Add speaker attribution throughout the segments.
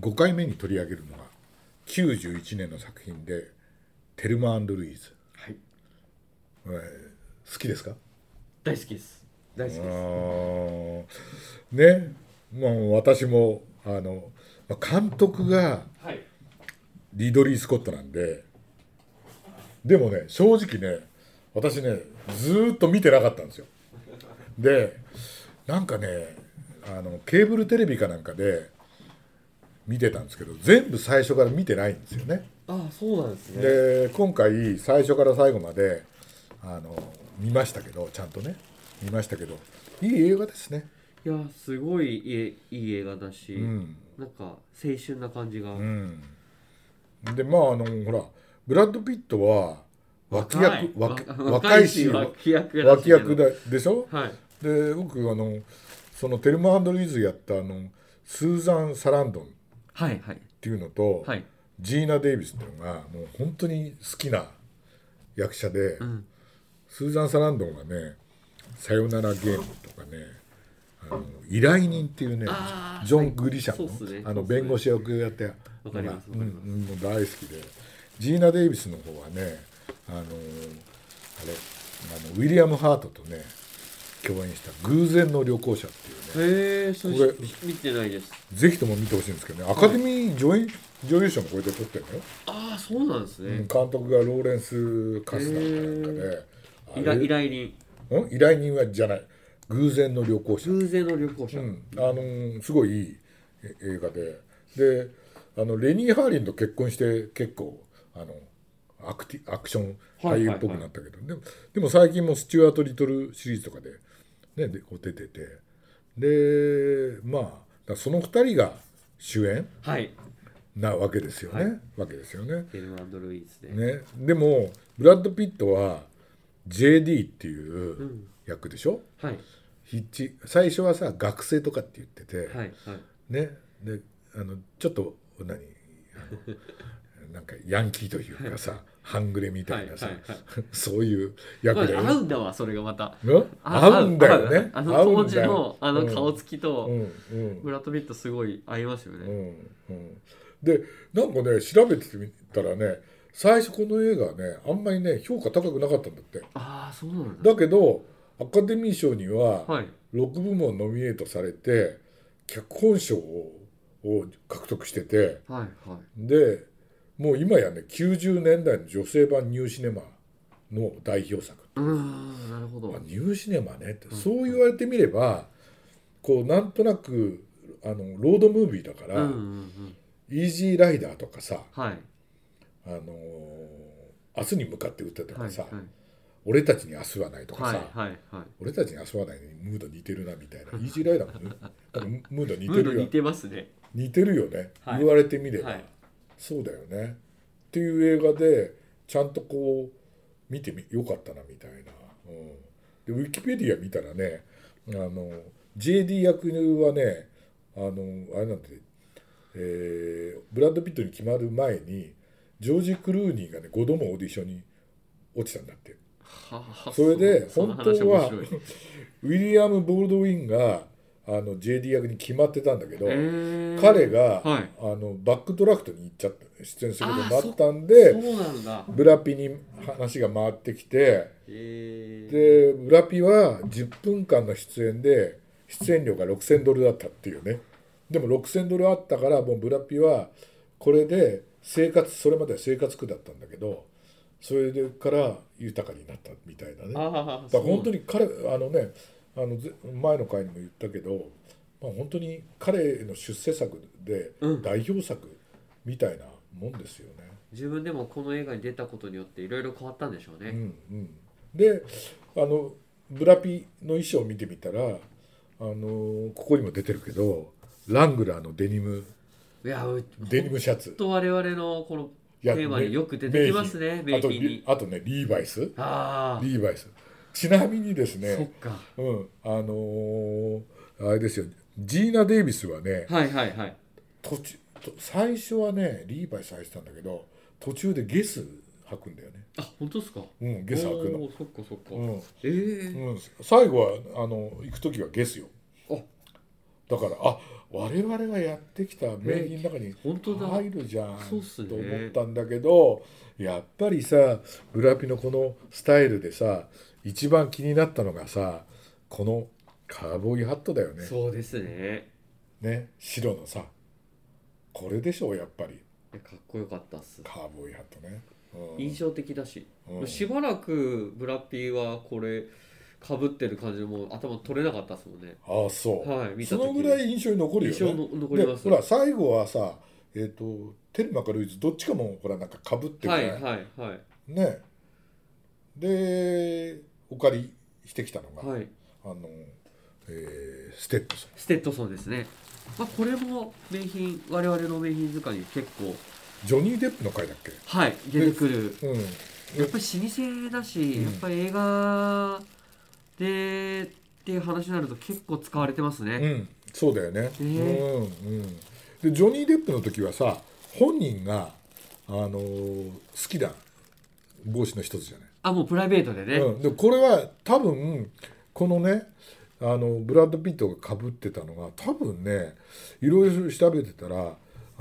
Speaker 1: 5回目に取り上げるのが91年の作品で「テルマルイーズ
Speaker 2: はい」
Speaker 1: えー好きですか
Speaker 2: 大好きです大好き
Speaker 1: あ
Speaker 2: です
Speaker 1: ーねもう私もあのまあ監督が
Speaker 2: はい
Speaker 1: リドリー・スコットなんででもね正直ね私ねずーっと見てなかったんですよでなんかねあのケーブルテレビかなんかで見てたんですけど全部最初から見てないんですよね
Speaker 2: ああそうなんですね
Speaker 1: で今回最初から最後まであの見ましたけどちゃんとね見ましたけどいい映画ですね
Speaker 2: いやすごいいいいい映画だし、
Speaker 1: うん
Speaker 2: なんか青春な感じが、
Speaker 1: うんでまああのほらブラッド・ピットは脇役
Speaker 2: わ
Speaker 1: 若
Speaker 2: わ
Speaker 1: 若いし
Speaker 2: 脇役だし
Speaker 1: 脇役だでしょ
Speaker 2: はい
Speaker 1: で僕あのそのテルマ・アンドリーズやったあのスーザン・サランドンっ
Speaker 2: はいはい
Speaker 1: ていうのと、
Speaker 2: はい
Speaker 1: ジーナ・デイビスっていうのがもう本当に好きな役者で、
Speaker 2: うん
Speaker 1: スーザン・サランドンがね「さよならゲーム」とかね「あの依頼人」っていうね
Speaker 2: あー
Speaker 1: ジョン・グリシャン
Speaker 2: そうっ
Speaker 1: の,、
Speaker 2: すね
Speaker 1: あ
Speaker 2: そう
Speaker 1: の
Speaker 2: っすね
Speaker 1: 弁護士役やって
Speaker 2: わかります
Speaker 1: う
Speaker 2: わか
Speaker 1: ん
Speaker 2: ります
Speaker 1: うんもう大好きでジーナ・デイビスの方はねあのあれあのウィリアム・ハートとね共演した「偶然の旅行者」っていうね
Speaker 2: へえそれ
Speaker 1: これ
Speaker 2: 見てないです
Speaker 1: ぜひとも見てほしいんですけどねアカデミー女優女優賞もこれで取ってるのよ、
Speaker 2: ああそうなんです
Speaker 1: うん
Speaker 2: ね、
Speaker 1: 監督がローレンス・カスナーかなんかで、あ
Speaker 2: 依頼
Speaker 1: れ
Speaker 2: 依頼人
Speaker 1: うん依頼人はじゃない偶然の旅行者、
Speaker 2: 偶然の旅行者、
Speaker 1: うんあのーすごいいいえ映画でであのレニー・ハーリンと結婚して結構あのアクティアクション俳優っぽくなったけど、でもでも最近もスチュワート・リトルシリーズとかで,、ね、でこう出ててでまあだからその2人が主演
Speaker 2: はい
Speaker 1: なわけですよね、
Speaker 2: は
Speaker 1: わけですよね。
Speaker 2: エルマンドルイーズで、
Speaker 1: ね、でもブラッド・ピットは JD っていううん役でしょ、
Speaker 2: はい
Speaker 1: ヒッチ最初はさ学生とかって言ってて、
Speaker 2: はいはい
Speaker 1: ねであのちょっと何あの なんかヤンキーというかさ半グレみたいなさ、
Speaker 2: はいはいはい
Speaker 1: そういう
Speaker 2: ま
Speaker 1: 役だよ
Speaker 2: あ合
Speaker 1: ね。
Speaker 2: うんだわそれがまた
Speaker 1: うん
Speaker 2: あ
Speaker 1: 合うんだよね。
Speaker 2: 合う
Speaker 1: 合
Speaker 2: あの
Speaker 1: う
Speaker 2: 当
Speaker 1: ん
Speaker 2: 時
Speaker 1: だ
Speaker 2: の
Speaker 1: よ
Speaker 2: あの顔つきと、
Speaker 1: うんうん
Speaker 2: ブラッド・ピットすごい合いますよ
Speaker 1: う
Speaker 2: ね、
Speaker 1: んうん、でなんかね調べてみたらね最初この映画はねあんまりね評価高くなかったんだって。
Speaker 2: ああそうなんだ
Speaker 1: だけどアカデミー賞には、
Speaker 2: はい
Speaker 1: 6部門ノミネートされて脚本賞をを獲得してて
Speaker 2: はいはい
Speaker 1: でもう今やね90年代の女性版ニューシネマの代表作、
Speaker 2: うーんなるほど
Speaker 1: あニューシネマねってそう言われてみればこうなんとなくあのロードムービーだか
Speaker 2: う
Speaker 1: ら「
Speaker 2: んうんうん
Speaker 1: イージーライダー」とかさ
Speaker 2: はい
Speaker 1: 「あのー明日に向かって歌」と
Speaker 2: は
Speaker 1: か
Speaker 2: い
Speaker 1: さ、
Speaker 2: はい
Speaker 1: 俺たちに明日はない」とか
Speaker 2: は
Speaker 1: さ、
Speaker 2: いはいはい
Speaker 1: 俺たちに明日はない」にムード似てるなみたいな「イージーライダーもね」なんかムード似
Speaker 2: ム
Speaker 1: てる
Speaker 2: ード
Speaker 1: よ
Speaker 2: 似てますね
Speaker 1: 似てるよね、
Speaker 2: はい
Speaker 1: 言われてみれば、
Speaker 2: はい
Speaker 1: そうだよねっていう映画でちゃんとこう見てみよかったなみたいな、うん、でウィキペディア見たらねあの JD 役はねあのあれなんで、えーブラッド・ピットに決まる前にジョージ・クルーニーがね5度もオーディションに落ちたんだって
Speaker 2: はは
Speaker 1: それで
Speaker 2: その
Speaker 1: 本当
Speaker 2: その話
Speaker 1: は
Speaker 2: 面白い
Speaker 1: ウィリアム・ボールドウィンがあの JD 役に決まってたんだけど、
Speaker 2: えー
Speaker 1: 彼が、
Speaker 2: はい
Speaker 1: あのバックドラフトに行っちゃった出演することになったん
Speaker 2: そ
Speaker 1: で
Speaker 2: うなんだ
Speaker 1: ブラピに話が回ってきて
Speaker 2: え
Speaker 1: で
Speaker 2: ー
Speaker 1: ブラピは10分間の出演で出演料が6000ドルだったっていうねでも6000ドルあったからもうブラピはこれで生活それまでは生活苦だったんだけどそれから豊かになったみたいなね
Speaker 2: ああ
Speaker 1: だから本当
Speaker 2: に
Speaker 1: に彼あのねあのぜ前の回にも言ったけど、まあ、本当に彼の出世作で
Speaker 2: うん
Speaker 1: 代表作みたいなもんですよね。
Speaker 2: 自分でもこの映画に出たことによっていろいろ変わったんでしょう
Speaker 1: う
Speaker 2: ね、
Speaker 1: んうん、であのブラピの衣装を見てみたらあのここにも出てるけどラングラーのデニム
Speaker 2: いやう
Speaker 1: デニムシャ
Speaker 2: ちょっ
Speaker 1: ツ
Speaker 2: と我々のこの
Speaker 1: いや
Speaker 2: テーマによく出てきますね
Speaker 1: あ
Speaker 2: 名
Speaker 1: と
Speaker 2: 品
Speaker 1: リ
Speaker 2: に
Speaker 1: あとねリーバイス
Speaker 2: ああ、
Speaker 1: リーバイスちなみにですね
Speaker 2: そっか
Speaker 1: うん、あのーあれですよジーナ・デイビスはね
Speaker 2: はいはいはい
Speaker 1: 途中と最初はねリーバイス履いてたんだけど途中でゲス履くんだよね
Speaker 2: あ本当ですか
Speaker 1: うんゲス履くの
Speaker 2: おーそっかそっか、
Speaker 1: うん、
Speaker 2: ええ
Speaker 1: うん、最後はあの行く時はゲスよ
Speaker 2: あ
Speaker 1: だからあ我々がやってきた名義の中に
Speaker 2: 本当だ
Speaker 1: 入るじゃん
Speaker 2: そうっすね
Speaker 1: と思ったんだけどやっぱりさブラピのこのスタイルでさ一番気になったのがさこのカーボーイハットだよね
Speaker 2: そうですね
Speaker 1: ね白のさこれでしょうやっぱり
Speaker 2: いやかっこよかったっす
Speaker 1: カーボーイハットね。うん
Speaker 2: 印象的だし、
Speaker 1: うん
Speaker 2: しばらくブラッピーはこれかぶってる感じでもう頭取れなかったっすもんね
Speaker 1: ああそう、
Speaker 2: はい見た
Speaker 1: そ
Speaker 2: 時
Speaker 1: のぐらい印象に残る
Speaker 2: 印象
Speaker 1: よね。
Speaker 2: の残
Speaker 1: で
Speaker 2: ります
Speaker 1: ほら最後はさえっ、とテルマかルイーズどっちかもほらなんかかぶってる
Speaker 2: は
Speaker 1: じゃな
Speaker 2: い
Speaker 1: い
Speaker 2: はいはい
Speaker 1: ねでお借りしてきたのが、
Speaker 2: はい
Speaker 1: あの、えーステップス
Speaker 2: ステッドソンですね、まあ、これも名品我々の名品図鑑に結構
Speaker 1: ジョニー・デップの回だっけ
Speaker 2: はい出てくる
Speaker 1: うん
Speaker 2: やっぱり老舗だし、
Speaker 1: うん
Speaker 2: やっぱり映画でっていう話になると結構使われてます
Speaker 1: う
Speaker 2: ね、
Speaker 1: んそうだよね、
Speaker 2: ね
Speaker 1: うんうんでジョニー・デップの時はさ本人があのー好きな帽子の一つじゃない、
Speaker 2: あもうプライベートでね、
Speaker 1: うん、でこれは多分このねあのブラッド・ピットがかぶってたのが多分ねいろいろ調べてたらあ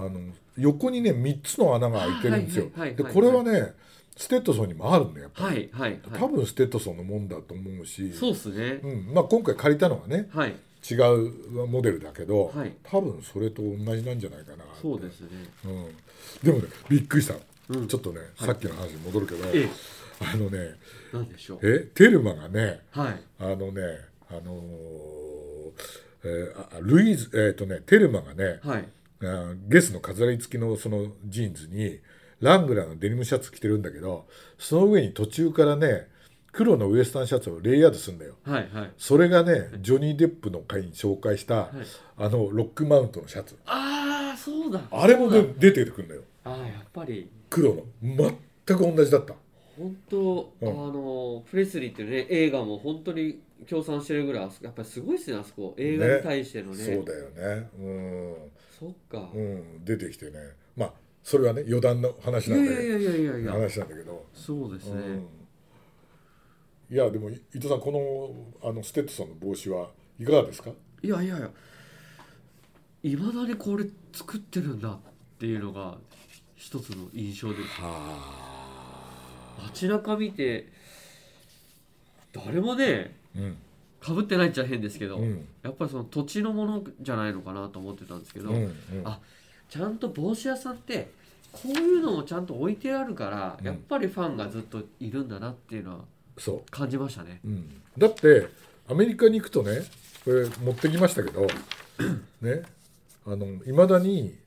Speaker 1: の横にね3つの穴が開いてるんですよ。
Speaker 2: はいはいはいはい
Speaker 1: でこれはねステッドソンにもあるんだよやっぱり、
Speaker 2: はいはいはい
Speaker 1: 多分ステッドソンのもんだと思うし
Speaker 2: そうっすね、
Speaker 1: うんまあ、今回借りたのはね
Speaker 2: はい
Speaker 1: 違うモデルだけど、
Speaker 2: はい
Speaker 1: 多分それと同じなんじゃないかなって
Speaker 2: そうですね
Speaker 1: うん、でもねびっくりした、
Speaker 2: うん
Speaker 1: ちょっとね、さっきの話に戻るけど、
Speaker 2: ええ
Speaker 1: あのね
Speaker 2: なんでしょう
Speaker 1: えテルマがね
Speaker 2: はい
Speaker 1: あのねあのーえーああルイーズえっ、とねテルマがね
Speaker 2: はい
Speaker 1: あゲスの飾り付きのそのジーンズにラングラーのデニムシャツ着てるんだけどその上に途中からね黒のウエスタンシャツをレイヤードするんだよ
Speaker 2: はいはい
Speaker 1: それがねジョニー・デップの回に紹介した、
Speaker 2: い
Speaker 1: あのロックマウントのシャツ
Speaker 2: ああそうだ
Speaker 1: あれも
Speaker 2: そう
Speaker 1: ね
Speaker 2: だ
Speaker 1: 出てくるんだよ
Speaker 2: あーやっぱり
Speaker 1: 黒の全く同じだった
Speaker 2: 本当、
Speaker 1: うん
Speaker 2: あのプレスリーってね映画も本当に協賛してるぐらいあそこやっぱりすごいっすねあそこ映画に対してのね
Speaker 1: そうだよねうん、
Speaker 2: そっか、
Speaker 1: うん、出てきてねまあそれはね余談の話
Speaker 2: い
Speaker 1: な
Speaker 2: や
Speaker 1: ん
Speaker 2: い
Speaker 1: で
Speaker 2: やいやいやいやいや
Speaker 1: 話なんだけど
Speaker 2: そうですね、
Speaker 1: うん、いやでもい伊藤さんこのあのステッドソンの帽子はいかがですか
Speaker 2: いやいやいやいまだにこれ作ってるんだっていうのが一つの印象です街中見て誰もね
Speaker 1: うん
Speaker 2: かぶってないっちゃ変ですけど、
Speaker 1: うん
Speaker 2: やっぱりその土地のものじゃないのかなと思ってたんですけ
Speaker 1: う
Speaker 2: ど、
Speaker 1: んうん
Speaker 2: あちゃんと帽子屋さんってこういうのもちゃんと置いてあるから、
Speaker 1: うん
Speaker 2: やっぱりファンがずっといるんだなっていうのは
Speaker 1: そ
Speaker 2: 感じましたね
Speaker 1: う、うん、だってアメリカに行くとねこれ持ってきましたけど ねあのいまだに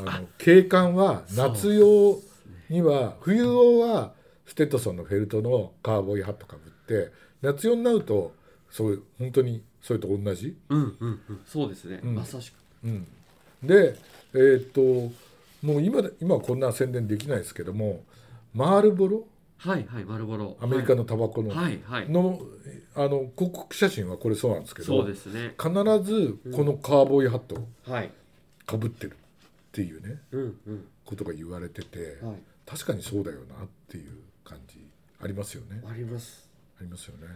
Speaker 1: あの警官は夏用には冬用はステッドソンのフェルトのカーボーイハットかぶって夏用になるとそういう本当にそれと同じ
Speaker 2: うんうんうんそうですね、
Speaker 1: うん
Speaker 2: まさしく
Speaker 1: うん、でえーっともう今だ今はこんな宣伝できないですけどもマールボロ
Speaker 2: はいはい丸ごろ
Speaker 1: アメリカのタバコの,、
Speaker 2: はいはい、
Speaker 1: のあの広告写真はこれそうなんですけ
Speaker 2: そ
Speaker 1: ど
Speaker 2: うですね
Speaker 1: 必ずこのカーボーイハットを
Speaker 2: はい
Speaker 1: かぶってるっていうね
Speaker 2: うんうん
Speaker 1: ことが言われてて
Speaker 2: はい
Speaker 1: 確かにそうだよなっていう感じありますよね
Speaker 2: あります
Speaker 1: ありますよね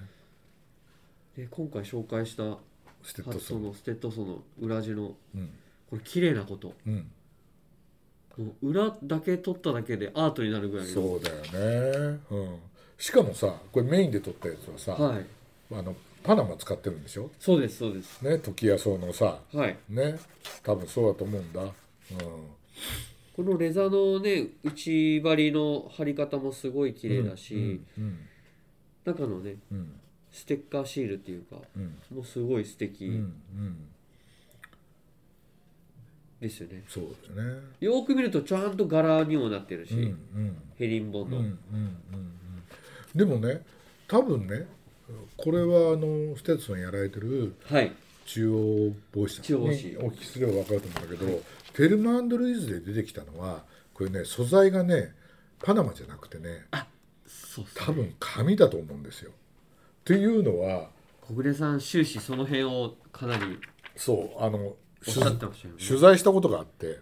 Speaker 2: で今回紹介したハ
Speaker 1: ステッド
Speaker 2: ッ
Speaker 1: ソ
Speaker 2: ト
Speaker 1: ン
Speaker 2: のステッドソンの裏地の
Speaker 1: うん
Speaker 2: これ綺麗なこと
Speaker 1: うん
Speaker 2: もう裏だけ取っただけでアートになるぐらいの
Speaker 1: そうだよねうんしかもさこれメインで撮ったやつはさ、
Speaker 2: はい
Speaker 1: あのパナマ使ってるんでしょ
Speaker 2: そうですそうです
Speaker 1: ね時矢荘のさ
Speaker 2: はい
Speaker 1: ね多分そうだと思うんだ、うん、
Speaker 2: このレザーのね内張りの貼り方もすごい綺麗だし、
Speaker 1: うん
Speaker 2: 中のね
Speaker 1: うん
Speaker 2: ステッカーシールっていうか
Speaker 1: うん
Speaker 2: もうすごい素
Speaker 1: うんう
Speaker 2: 敵
Speaker 1: んうん
Speaker 2: ですよね、
Speaker 1: そうだよね
Speaker 2: よーく見るとちゃんと柄にもなってるし、
Speaker 1: うんうん
Speaker 2: ヘリンボン
Speaker 1: うんう
Speaker 2: の、
Speaker 1: んうんうんでもね多分ねこれはあのステッドソンやられてる
Speaker 2: はい
Speaker 1: 中央帽子さん
Speaker 2: 中央帽子
Speaker 1: にお聞きすれば分かると思うんだけど、テルマルイーズで出てきたのはこれね素材がねパナマじゃなくてね
Speaker 2: そうっすね
Speaker 1: 多分紙だと思うんですよ。っていうのは
Speaker 2: 小暮さん終始その辺をかなり
Speaker 1: そうあの
Speaker 2: お
Speaker 1: 取
Speaker 2: っしゃってましたよね
Speaker 1: 取材したことがあって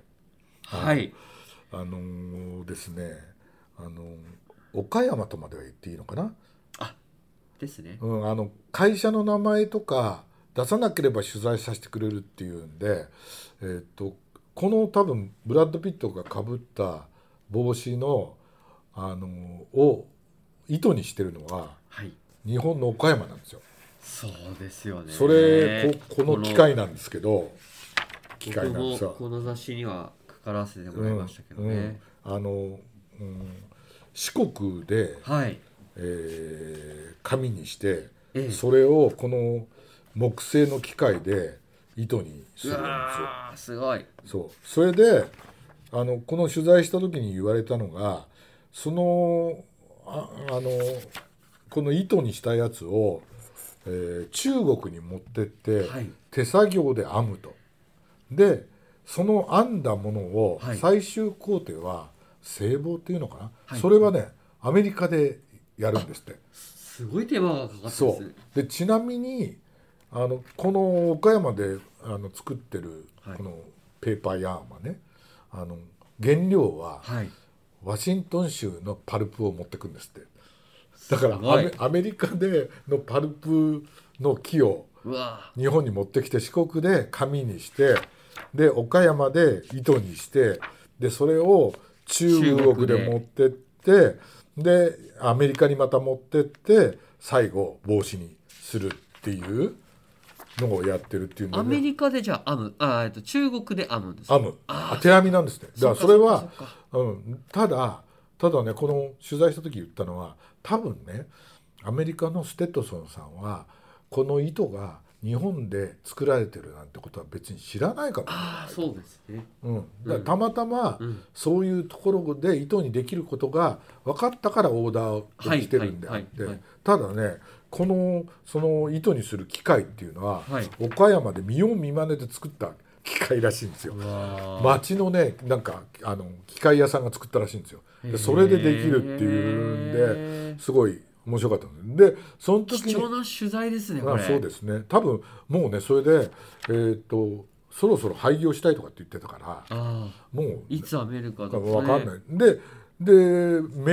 Speaker 2: はい
Speaker 1: あのーですねあのー岡山とまでは言っていいのかな、
Speaker 2: ですね
Speaker 1: うん、あの会社の名前とか出さなければ取材させてくれるっていうんで、えーっとこの多分ブラッド・ピットがかぶった帽子のあのを糸にしてるのは
Speaker 2: はい
Speaker 1: 日本の岡山なんですよ。
Speaker 2: そうですよね
Speaker 1: それここの機械なんですけど機械なんです
Speaker 2: 僕も
Speaker 1: よ。
Speaker 2: この雑誌にはかからせてもらいましたけどね、
Speaker 1: うんうんあの、うん、四国で、
Speaker 2: はい
Speaker 1: えー紙にして、
Speaker 2: ええ
Speaker 1: それをこの木製の機械で糸にす
Speaker 2: う
Speaker 1: るんですよ。
Speaker 2: わーすごい
Speaker 1: そうそれであのこの取材した時に言われたのがそのああのこの糸にしたやつを、えー中国に持ってって、
Speaker 2: はい
Speaker 1: 手作業で編むと。でその編んだものを
Speaker 2: はい
Speaker 1: 最終工程は製棒っていうのかな、
Speaker 2: はい
Speaker 1: それはねアメリカでやるんですって。
Speaker 2: すごい手間がかかってます
Speaker 1: そうでちなみにあのこの岡山であの作ってる
Speaker 2: はい
Speaker 1: このペーパーヤーンはね、あの原料は
Speaker 2: はい
Speaker 1: ワシントン州のパルプを持ってくんですってだからア
Speaker 2: すご
Speaker 1: メ
Speaker 2: い
Speaker 1: アメリカでのパルプの木を
Speaker 2: うわ
Speaker 1: 日本に持ってきて四国で紙にしてで岡山で糸にしてでそれを中国で持ってってでアメリカにまた持ってって最後帽子にするっていうのをやってるっていう
Speaker 2: ーア
Speaker 1: の
Speaker 2: メ
Speaker 1: で
Speaker 2: リカでじゃあ編むあーえっと中国で編むんですか
Speaker 1: 編む当て編みなんですねだからそれ
Speaker 2: そ
Speaker 1: は
Speaker 2: っかそっか
Speaker 1: うん、ただただねこの取材した時言ったのは多分ねアメリカのステッドソンさんはこの糸が日本で作られてるなんてことは別に知らないかもしれ
Speaker 2: あ
Speaker 1: な
Speaker 2: あ
Speaker 1: い
Speaker 2: そうですね
Speaker 1: うん、だからたまたま
Speaker 2: うん
Speaker 1: そういうところで糸にできることが分かったからオーダーをしてるんであって、
Speaker 2: はいはいはいはい
Speaker 1: ただねこのその糸にする機械っていうのは、
Speaker 2: はい
Speaker 1: 岡山で見よう見まねで作った機械らしいんですよ
Speaker 2: う。わー
Speaker 1: 町のねなんかあの機械屋さんが作ったらしいんですよ
Speaker 2: へー
Speaker 1: でそれでできるっていうんですごい面白かったんですでその時
Speaker 2: 貴
Speaker 1: に
Speaker 2: 重な取材ですねこ
Speaker 1: あ
Speaker 2: れ
Speaker 1: そうですね多分もうねそれでえーっとそろそろ廃業したいとかって言ってたから
Speaker 2: あ
Speaker 1: もう
Speaker 2: ーいつ編めるかと
Speaker 1: わかんないいででメ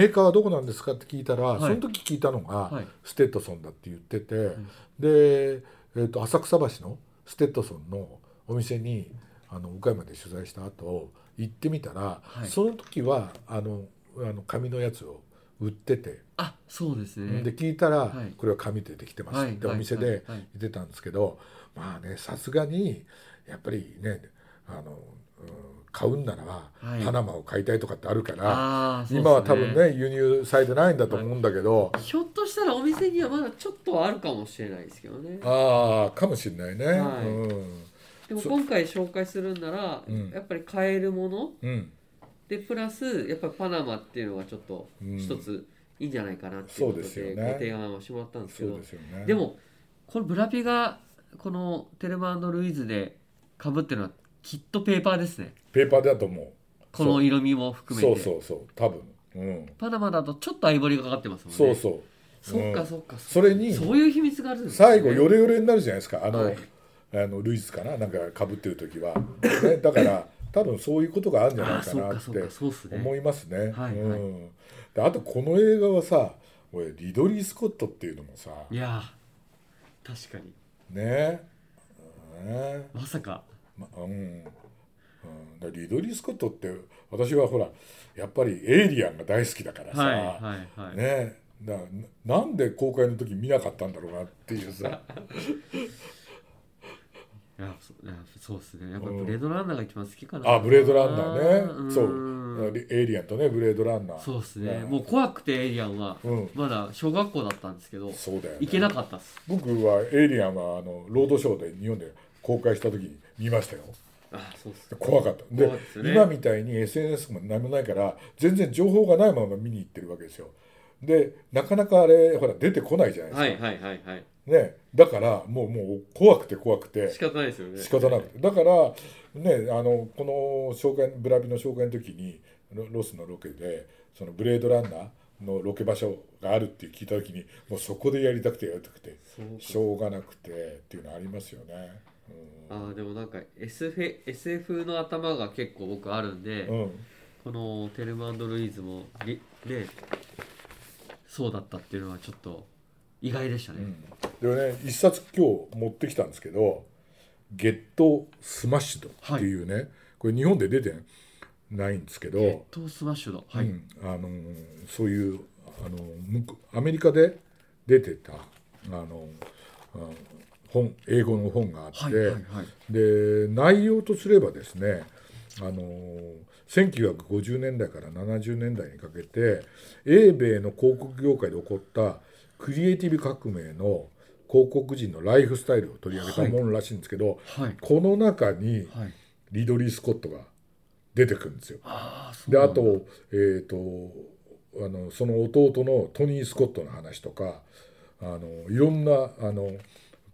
Speaker 1: ーカーはどこなんですかって聞いたら、
Speaker 2: い
Speaker 1: その時聞いたのが、
Speaker 2: はい
Speaker 1: ステッドソンだって言ってて、で、えー、と浅草橋のステッドソンのお店にあの岡山で取材した後行ってみたら、
Speaker 2: はい
Speaker 1: その時はあのあの紙のやつを売ってて、
Speaker 2: あそうですね
Speaker 1: で聞いたら、
Speaker 2: はい
Speaker 1: これは紙でできてますって
Speaker 2: はい
Speaker 1: お店で
Speaker 2: はいはい
Speaker 1: 言ってたんですけど、まあねさすがにやっぱりねあの、うん買うんなら、
Speaker 2: い
Speaker 1: パナマを買いたいとかってあるから、
Speaker 2: あーそうですね
Speaker 1: 今は多分ね輸入されてないんだと思うんだけど、
Speaker 2: ひょっとしたらお店にはまだちょっとはあるかもしれないですけどね
Speaker 1: ああかもしれないね、
Speaker 2: はい
Speaker 1: うん
Speaker 2: でも
Speaker 1: そ
Speaker 2: 今回紹介するんなら、
Speaker 1: うん
Speaker 2: やっぱり買えるもの
Speaker 1: うん
Speaker 2: でプラスやっぱりパナマっていうのがちょっと
Speaker 1: うん
Speaker 2: 一ついいんじゃないかなってい
Speaker 1: そ
Speaker 2: うこと
Speaker 1: うで
Speaker 2: で,、
Speaker 1: すよね
Speaker 2: ご提案はしてもらったんですけ
Speaker 1: そ
Speaker 2: ど
Speaker 1: うですよね
Speaker 2: でもこのブラピがこのテルマルイーズでかぶってるのはきっとペーパーですね
Speaker 1: ペーパーだと思
Speaker 2: この色味も
Speaker 1: う
Speaker 2: 含め
Speaker 1: そ
Speaker 2: て
Speaker 1: うそうそう多分、うん、
Speaker 2: パナマだとちょっとアイボリがかかってますもんね
Speaker 1: そうそう
Speaker 2: そっ
Speaker 1: う
Speaker 2: か
Speaker 1: ん
Speaker 2: そっか
Speaker 1: それに
Speaker 2: そういう秘密があるんですね
Speaker 1: 最後ヨレヨレになるじゃないですかあの,、
Speaker 2: はい
Speaker 1: あのルイスかななんかかぶってる時は、ね、だから多分そういうことがあるんじゃない
Speaker 2: あ
Speaker 1: か
Speaker 2: そっ
Speaker 1: な
Speaker 2: か
Speaker 1: っ
Speaker 2: そっか
Speaker 1: て
Speaker 2: そうっすね
Speaker 1: 思いますね。
Speaker 2: はいはい
Speaker 1: うん、であとこの映画はさ俺リドリー・スコットっていうのもさ
Speaker 2: いやー確かに
Speaker 1: ねね
Speaker 2: まさか
Speaker 1: まあうんうん、だからリドリー・スコットって私はほらやっぱりエイリアンが大好きだからさ、
Speaker 2: はいはいはい、
Speaker 1: ねだななんで公開の時見なかったんだろうなっていうさ
Speaker 2: いやそいやそうですねやっぱブレードランナーが一番好きかな
Speaker 1: あブレードランナー
Speaker 2: う
Speaker 1: ね
Speaker 2: ん
Speaker 1: そうリエイリアンとねブレードランナー
Speaker 2: そうですね
Speaker 1: ん
Speaker 2: もう怖くてエイリアンは
Speaker 1: うん
Speaker 2: まだ小学校だったんですけど
Speaker 1: そうだよ、ね、
Speaker 2: 行けなかったっす
Speaker 1: 僕はエイリアンはあのロードショーで日本で公開した時に見ましたよ
Speaker 2: あそうっす
Speaker 1: 怖かったで
Speaker 2: 怖いですよね
Speaker 1: 今みたいに SNS も何もないから全然情報がないまま見に行ってるわけですよでなかなかあれほら出てこないじゃないですか、
Speaker 2: はいはいはいはい
Speaker 1: ね、だからもうもう怖くて怖くて
Speaker 2: 仕方ないですよね
Speaker 1: 仕方なくてだからねあのこの紹介ブラビの紹介の時にロロスのロケでそのブレードランナーのロケ場所があるって聞いた時にもうそこでやりたくてやりたくて
Speaker 2: そうか
Speaker 1: しょうがなくてっていうのありますよね。
Speaker 2: あーでもなんか SF, SF の頭が結構僕あるんで、
Speaker 1: うん、うん、
Speaker 2: このテルマルイーズもりねそうだったっていうのはちょっと意外でしたね、
Speaker 1: うんでもね一冊今日持ってきたんですけど「ゲットスマッシュド」っていうね、これ日本で出てないんですけ
Speaker 2: ゲッ
Speaker 1: ど、
Speaker 2: トスマッシュの、はい
Speaker 1: うんあのーそういうあのー向こうアメリカで出てたあのーあ本英語の本があって、
Speaker 2: はいはいはい
Speaker 1: で内容とすればですねあの1950年代から70年代にかけて英米の広告業界で起こったクリエイティブ革命の広告人のライフスタイルを取り上げた
Speaker 2: はい
Speaker 1: ものらしいんですけど、
Speaker 2: はい
Speaker 1: この中に
Speaker 2: はい
Speaker 1: リドリー・スコットが出てくるんですよ。
Speaker 2: ああそう
Speaker 1: で
Speaker 2: な
Speaker 1: あ
Speaker 2: んだ
Speaker 1: と,、えー、とあのその弟のトニー・スコットの話とかあのいろんなあの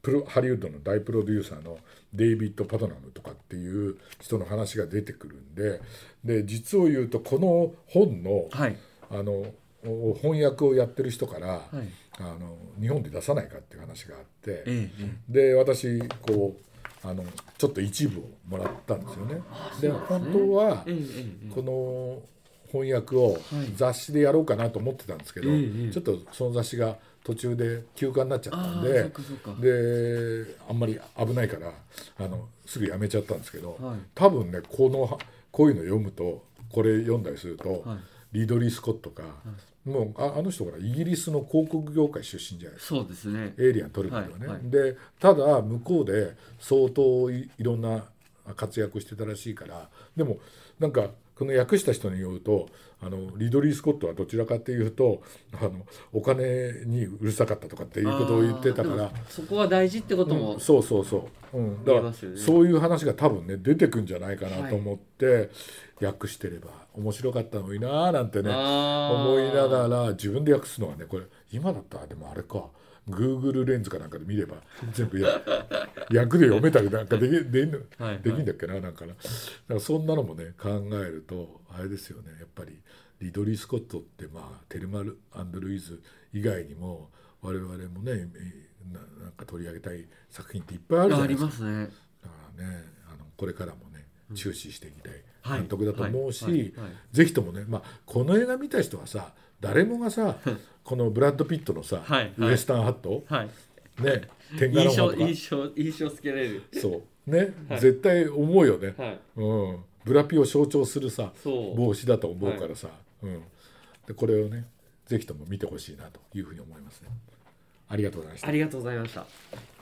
Speaker 1: プロハリウッドの大プロデューサーのデイビッド・パトナムとかっていう人の話が出てくるんでで実を言うとこの本の
Speaker 2: はい
Speaker 1: あのお翻訳をやってる人から、
Speaker 2: はい
Speaker 1: あの日本で出さないかっていう話があって。
Speaker 2: ええええ
Speaker 1: で私こうあのちょっと一部をもらったんですよね。で
Speaker 2: そうです
Speaker 1: 本
Speaker 2: ね
Speaker 1: 当は
Speaker 2: ええええ
Speaker 1: この翻訳を
Speaker 2: はい
Speaker 1: 雑誌でやろうかなと思ってたんですけど、
Speaker 2: ええええ
Speaker 1: ちょっとその雑誌が途中で休刊になっちゃった
Speaker 2: あ
Speaker 1: ん
Speaker 2: あそ
Speaker 1: で
Speaker 2: っかそっか
Speaker 1: であんまり危ないからあのすぐやめちゃったんですけど、
Speaker 2: はい
Speaker 1: 多分ねこのこういうの読むとこれ読んだりすると、
Speaker 2: はい
Speaker 1: リドリー・スコットが、もうああの人ほらイギリスの広告業界出身じゃないですか
Speaker 2: そうですね
Speaker 1: エイリアン取るのはね、
Speaker 2: はいはい
Speaker 1: でただ向こうで相当いいろんな活躍してたらしいからでもなんかこの訳した人によるとあのリドリー・スコットはどちらかっていうとあのお金にうるさかったとかっていうことを言ってたか
Speaker 2: あ
Speaker 1: ら
Speaker 2: ーでもそこは大事ってことも、
Speaker 1: うんそうそうそう、うん、だか
Speaker 2: 見え
Speaker 1: ら
Speaker 2: ますよね
Speaker 1: そういう話が多分ね出てくんじゃないかなと思って、訳してれば面白かったのになーなんてね
Speaker 2: あー
Speaker 1: 思いながら自分で訳すのはねこれ今だったらでもあれか Google レンズかなんかで見れば全部や 訳で読めたりなんかできでんの
Speaker 2: はいはい
Speaker 1: できんだっけななんかなだからそんなのもね考えるとあれですよねやっぱりリドリー・スコットってまあテルマル・アンドルイーズ以外にも我々もねえななんか取り上げたい作品っていっぱいあるじゃ
Speaker 2: あ
Speaker 1: な
Speaker 2: あ
Speaker 1: いで
Speaker 2: り
Speaker 1: すか
Speaker 2: ますね
Speaker 1: だからねあのこれからもね注視していきた
Speaker 2: はい
Speaker 1: い監督だと思うし、
Speaker 2: はいはいはい
Speaker 1: ぜひともね、まあ、この映画見た人はさ誰もが さこのブラッド・ピットのさ、
Speaker 2: はいは
Speaker 1: ウ
Speaker 2: い
Speaker 1: エスタンハット、
Speaker 2: はい
Speaker 1: ね、天下の
Speaker 2: 印
Speaker 1: 方
Speaker 2: 象
Speaker 1: とか
Speaker 2: 印象印象つけられる
Speaker 1: そう、ね絶対思うよね、
Speaker 2: はい
Speaker 1: うん、ブラピを象徴するさ
Speaker 2: そう
Speaker 1: 帽子だと思うからさ、うん、でこれをねぜひとも見てほしいなというふうに思いますね。ありがとうございました
Speaker 2: ありがとうございました